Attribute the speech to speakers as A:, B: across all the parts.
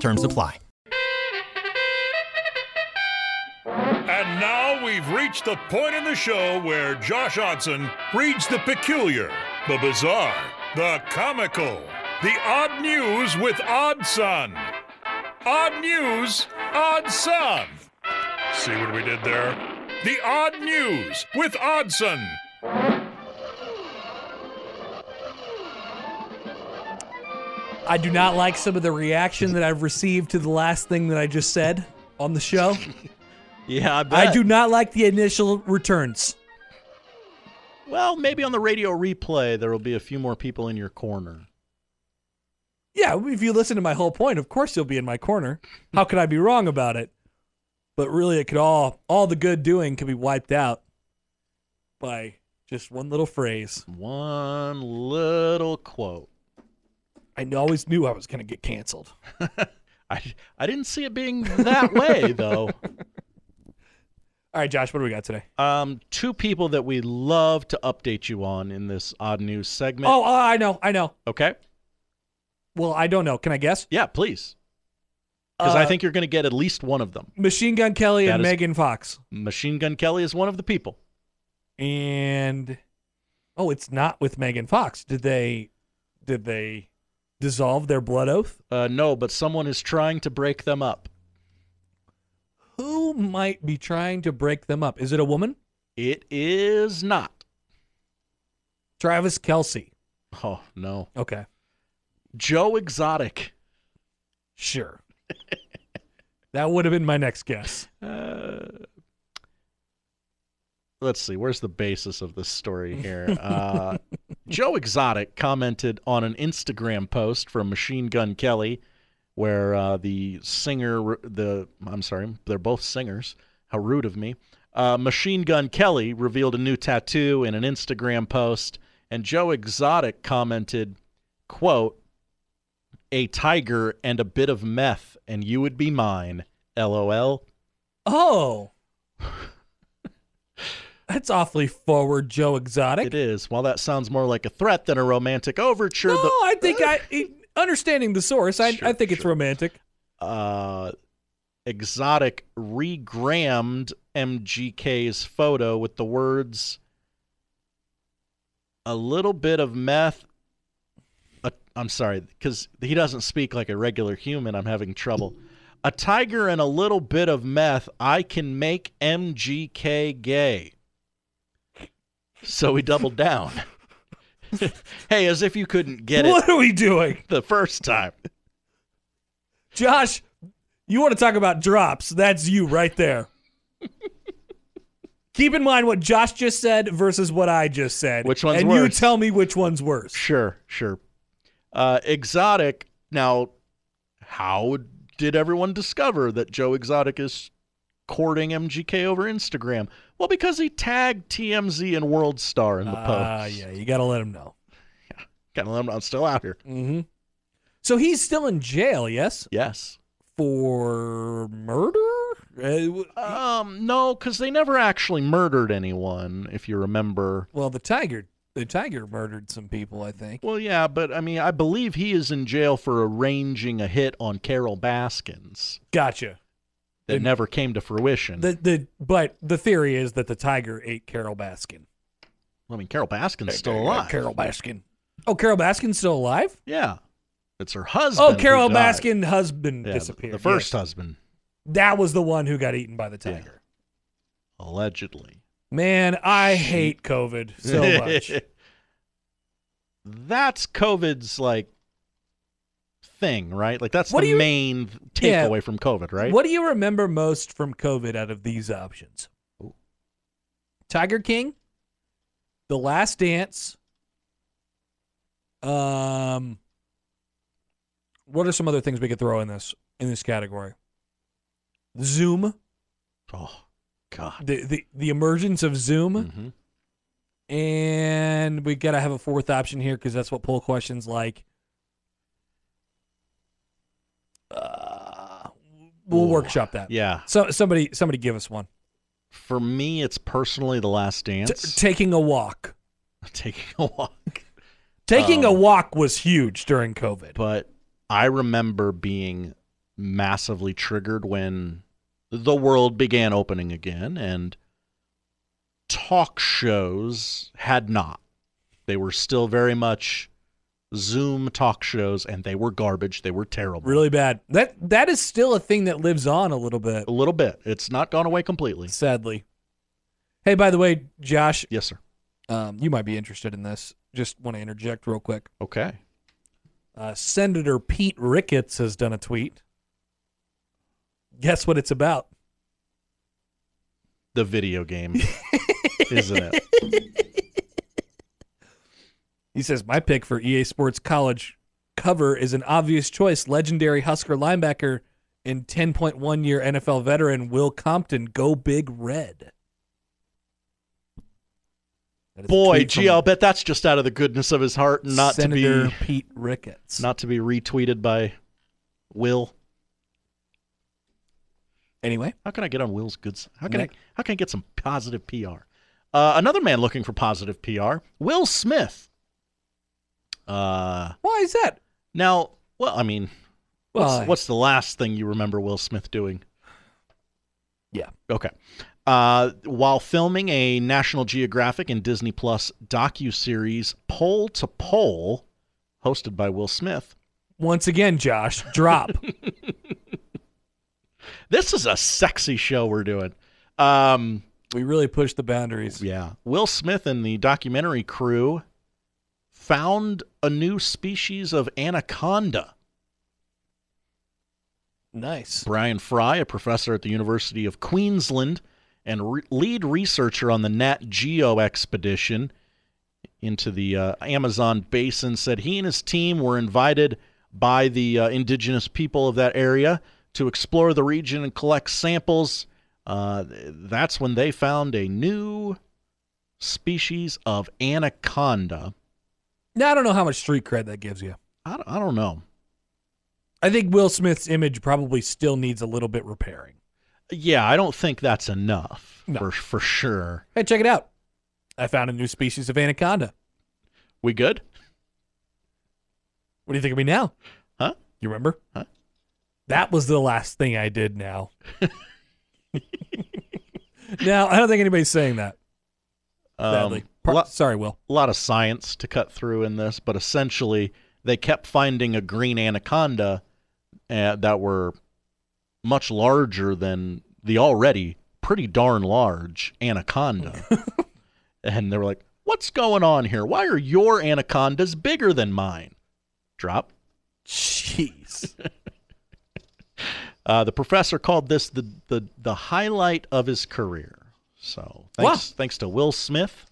A: Terms apply.
B: And now we've reached the point in the show where Josh Odson reads the peculiar, the bizarre, the comical, the odd news with Oddson. Odd news, Oddson. See what we did there? The odd news with Oddson.
C: I do not like some of the reaction that I've received to the last thing that I just said on the show.
D: Yeah, I
C: I
D: bet.
C: do not like the initial returns.
D: Well, maybe on the radio replay there will be a few more people in your corner.
C: Yeah, if you listen to my whole point, of course you'll be in my corner. How could I be wrong about it? But really, it could all all the good doing could be wiped out by just one little phrase.
D: One little quote.
C: I kn- always knew I was going to get canceled.
D: I I didn't see it being that way though.
C: All right, Josh, what do we got today?
D: Um, two people that we love to update you on in this odd news segment.
C: Oh, oh, I know, I know.
D: okay.
C: Well, I don't know. Can I guess?
D: Yeah, please. Because I
C: Uh,
D: think you're going to get at least one of them.
C: Machine Gun Kelly
D: That
C: and
D: is-
C: Megan Fox.
D: Machine Gun Kelly is one of the people.
C: and oh, it's not with Megan Fox. Did they did they dissolve their blood oath?
D: Uh, no, but someone is trying to break them up.
C: Who might be trying to break them up? Is it a woman?
D: It is not.
C: Travis Kelsey.
D: Oh no,
C: Okay,
D: Joe Exotic.
C: sure. that would have been my next guess.
D: Uh, let's see. Where's the basis of this story here? Uh, Joe Exotic commented on an Instagram post from Machine Gun Kelly, where uh, the singer, the I'm sorry, they're both singers. How rude of me. Uh, Machine Gun Kelly revealed a new tattoo in an Instagram post, and Joe Exotic commented, "quote A tiger and a bit of meth, and you would be mine." LOL.
C: Oh. That's awfully forward, Joe Exotic.
D: It is. While that sounds more like a threat than a romantic overture,
C: No,
D: the,
C: I think I understanding the source. I, I
D: Sure,
C: think it's
D: sure.
C: romantic.
D: uh, exotic regrammed MGK's photo with the words a little bit of meth. A, I'm sorry, because he doesn't speak like a regular human. I'm having trouble. A tiger and a little bit of meth. I can make MGK gay. So he doubled down. hey, as if you couldn't get it
C: What are we doing?
D: the first time.
C: Josh, you want to talk about drops? That's you right there. Keep in mind what Josh just said versus what I just said.
D: Which one's
C: and you
D: worse?
C: tell me which one's worse.
D: Sure, sure. Uh, Exotic. Now, how did everyone discover that Joe Exotic is courting MGK over Instagram? Well, because he tagged TMZ and World Star in the
C: Ah,
D: post.
C: yeah, you got to let him know.
D: Kind of let him know I'm still out here.
C: Mm-hmm. So he's still in jail, yes,
D: Yes.
C: for murder. Uh, w-
D: Um, no, because they never actually murdered anyone, if you remember.
C: well, the tiger, the tiger murdered some people, I think.
D: Well, yeah, but I mean, I believe he is in jail for arranging a hit on Carol Baskins
C: Gotcha.
D: that
C: They-
D: never came to fruition.
C: The the but the theory is that the tiger ate Carol Baskin.
D: I mean, Carol Baskin's still alive.
C: Carol Baskin. Oh, Carol Baskin's still alive.
D: Yeah. It's her husband.
C: Oh, Carol
D: who died.
C: Baskin husband
D: Yeah, the-
C: disappeared.
D: The first
C: yes.
D: husband,
C: That was the one who got eaten by the
D: Yeah.
C: tiger.
D: allegedly.
C: Man, I hate COVID so much.
D: that's COVID's like thing, right? Like that's
C: What
D: the
C: do you-
D: main th-
C: Yeah.
D: takeaway from COVID, right?
C: What do you remember most from COVID out of these options?
D: Ooh.
C: Tiger King, The Last Dance. Um, what are some other things we could throw in this? in this category. Zoom,
D: Oh God.
C: the the, the emergence of Zoom,
D: Mhm.
C: and we gotta have a fourth option here because that's what poll questions like. Uh, we'll
D: Ooh,
C: workshop that.
D: Yeah.
C: So somebody somebody give us one.
D: For me, it's personally the Last
C: T-
D: Dance.
C: taking a walk.
D: taking a walk.
C: Taking a
D: Um,
C: walk was huge during COVID.
D: But I remember being massively triggered when the world began opening again and talk shows had not. They were still very much Zoom talk shows and they were garbage. They were terrible.
C: Really bad. That that is still a thing that lives on a little bit,
D: A little bit. It's not gone away completely.
C: sadly. Hey, by the way, Josh,
D: Yes, sir.
C: um, you might be interested in this. Just want to interject real quick.
D: Okay.
C: Uh, Senator Pete Ricketts has done a tweet. Guess what it's about?
D: The video game, isn't it?
C: He says, My pick for EA Sports College cover is an obvious choice. Legendary Husker linebacker and 10.1 year NFL veteran Will Compton. Go big red. That is a
D: Boy,
C: tweet from
D: gee, I'll bet that's just out of the goodness of his heart, not
C: Senator
D: to be
C: Pete Ricketts.
D: not to be retweeted by Will.
C: anyway,
D: How can I get on Will's good side? How can
C: Nick.
D: I how can I get some positive PR? Uh, another man looking for positive PR, Will Smith. Uh,
C: why is that?
D: now, well, I mean, what's,
C: Why?
D: what's the last thing you remember Will Smith doing?
C: Yeah.
D: Okay. Uh, while filming a National Geographic and Disney Plus docu-series Pole to Pole, hosted by Will Smith,
C: Once again, Josh, drop.
D: this is a sexy show we're doing. Um,
C: we really pushed the boundaries.
D: Yeah. Will Smith and the documentary crew found a new species of anaconda.
C: Nice.
D: Brian Fry, a professor at the University of Queensland and re- lead researcher on the Nat Geo expedition into the uh, Amazon basin, said he and his team were invited by the uh, indigenous people of that area to explore the region and collect samples. Uh, th- that's when they found a new species of anaconda.
C: Now, I don't know how much street cred that gives you.
D: I don't, I don't know.
C: I think Will Smith's image probably still needs a little bit repairing.
D: Yeah, I don't think that's enough
C: No.
D: for for sure.
C: Hey, check it out. I found a new species of anaconda.
D: We good?
C: What do you think of me now?
D: Huh?
C: You remember?
D: Huh?
C: That was the last thing I did now. now, I don't think anybody's saying that,
D: Um,
C: sadly. Par-
D: lo-
C: Sorry, Will.
D: a lot of science to cut through in this, but essentially they kept finding a green anaconda uh, that were much larger than the already pretty darn large anaconda. and they were like, "What's going on here? Why are your anacondas bigger than mine?" Drop.
C: Jeez.
D: Uh, the professor called this the, the the highlight of his career. So thanks thanks to Will Smith.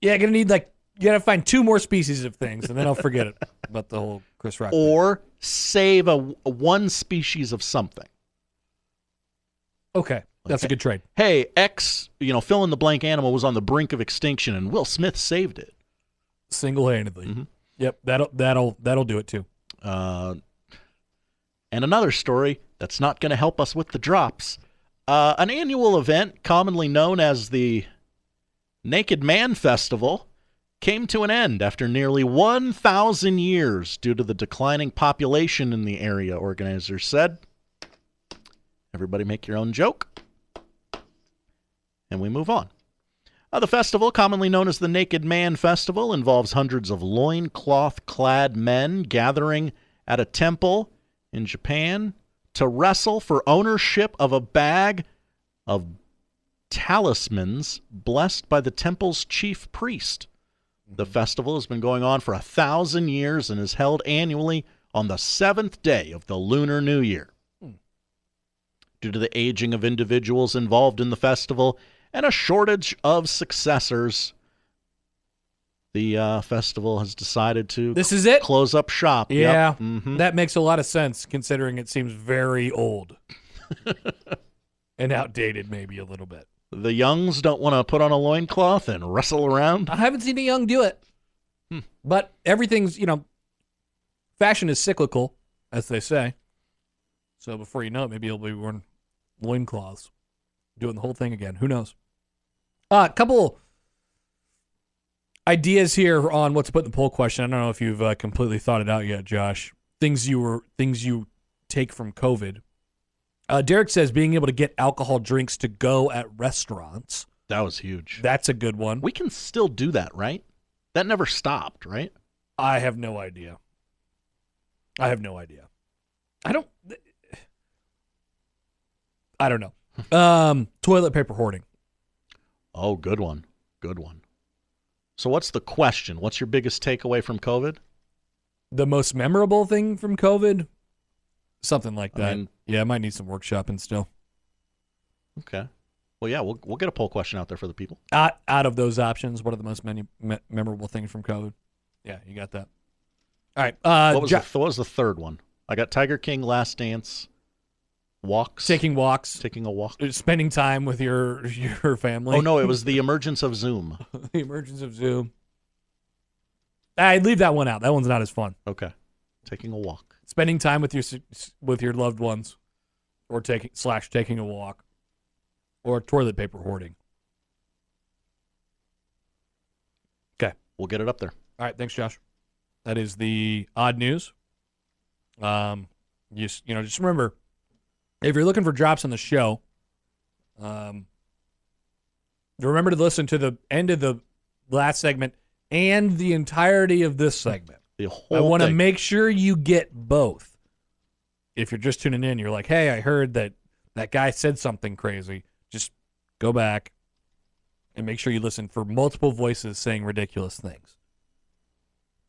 C: yeah, gonna need like, you gotta find two more species of things, and then I'll forget it about the whole Chris Rock. thing.
D: or save a, a one species of something.
C: okay, that's a
D: Okay.
C: good trade.
D: Hey, X, you know, fill in the blank animal was on the brink of extinction, and Will Smith saved it.
C: Single-handedly.
D: Mhm.
C: Yep, that'll that'll that'll do it too.
D: Uh, and another story that's not going to help us with the drops. Uh, an annual event commonly known as the Naked Man Festival came to an end after nearly 1,000 years due to the declining population in the area, organizers said. Everybody make your own joke. And we move on. Uh, the festival, commonly known as the Naked Man Festival, involves hundreds of loincloth clad men gathering at a temple in Japan to wrestle for ownership of a bag of talismans blessed by the temple's chief priest. The
C: Mm-hmm.
D: festival has been going on for a thousand years and is held annually on the seventh day of the Lunar New Year.
C: Hmm.
D: Due to the aging of individuals involved in the festival and a shortage of successors, the uh, festival has decided to
C: This is it?
D: close up shop. Yep.
C: Yeah.
D: Mhm.
C: That makes a lot of sense considering it seems very old and outdated, maybe a little bit.
D: The youngs don't want to put on a loincloth and wrestle around.
C: I haven't seen a young do it.
D: Hmm.
C: But everything's, you know, fashion is cyclical, as they say. So before you know it, maybe you'll be wearing loincloths, doing the whole thing again. Who knows? A uh, couple ideas here on what to put in the poll question. I don't know if you've uh, completely thought it out yet, Josh. Things you were things you take from COVID. Uh, Derek says being able to get alcohol drinks to go at restaurants.
D: That was huge.
C: That's a good one.
D: we can still do that, right? That never stopped, right?
C: I have no idea. I have no idea. I don't. I don't know. Um, toilet paper hoarding.
D: Oh, good one. Good one. So, what's the question? What's your biggest takeaway from COVID?
C: The most memorable thing from COVID, something like
D: I
C: that.
D: mean-
C: yeah, I might need some workshopping still.
D: Okay. Well, yeah, we'll, we'll get a poll question out there for the people.
C: Out out of those options, what are the most many me- memorable things from COVID? Yeah, you got that. All right. Uh,
D: what, was
C: Jo-
D: the, th- what was the third one? I got Tiger King, Last Dance, walks,
C: taking walks, uh,
D: taking a walk.
C: spending time with your your family.
D: Oh no, it was the emergence of Zoom.
C: the emergence of Zoom. I leave that one out. That one's not as fun.
D: Okay, taking a walk.
C: Spending time with your s- with your loved ones, or taking slash taking a walk, or toilet paper hoarding.
D: We'll get it up there.
C: All right, thanks, Josh. That is the odd news. Um, you s- you know just remember, if you're looking for drops on the show, um, remember to listen to the end of the last segment and the entirety of this segment.
D: The whole.
C: I want to
D: thing.
C: make sure you get both. If you're just tuning in, you're like, "Hey, I heard that that guy said something crazy." Just go back and make sure you listen for multiple voices saying ridiculous things.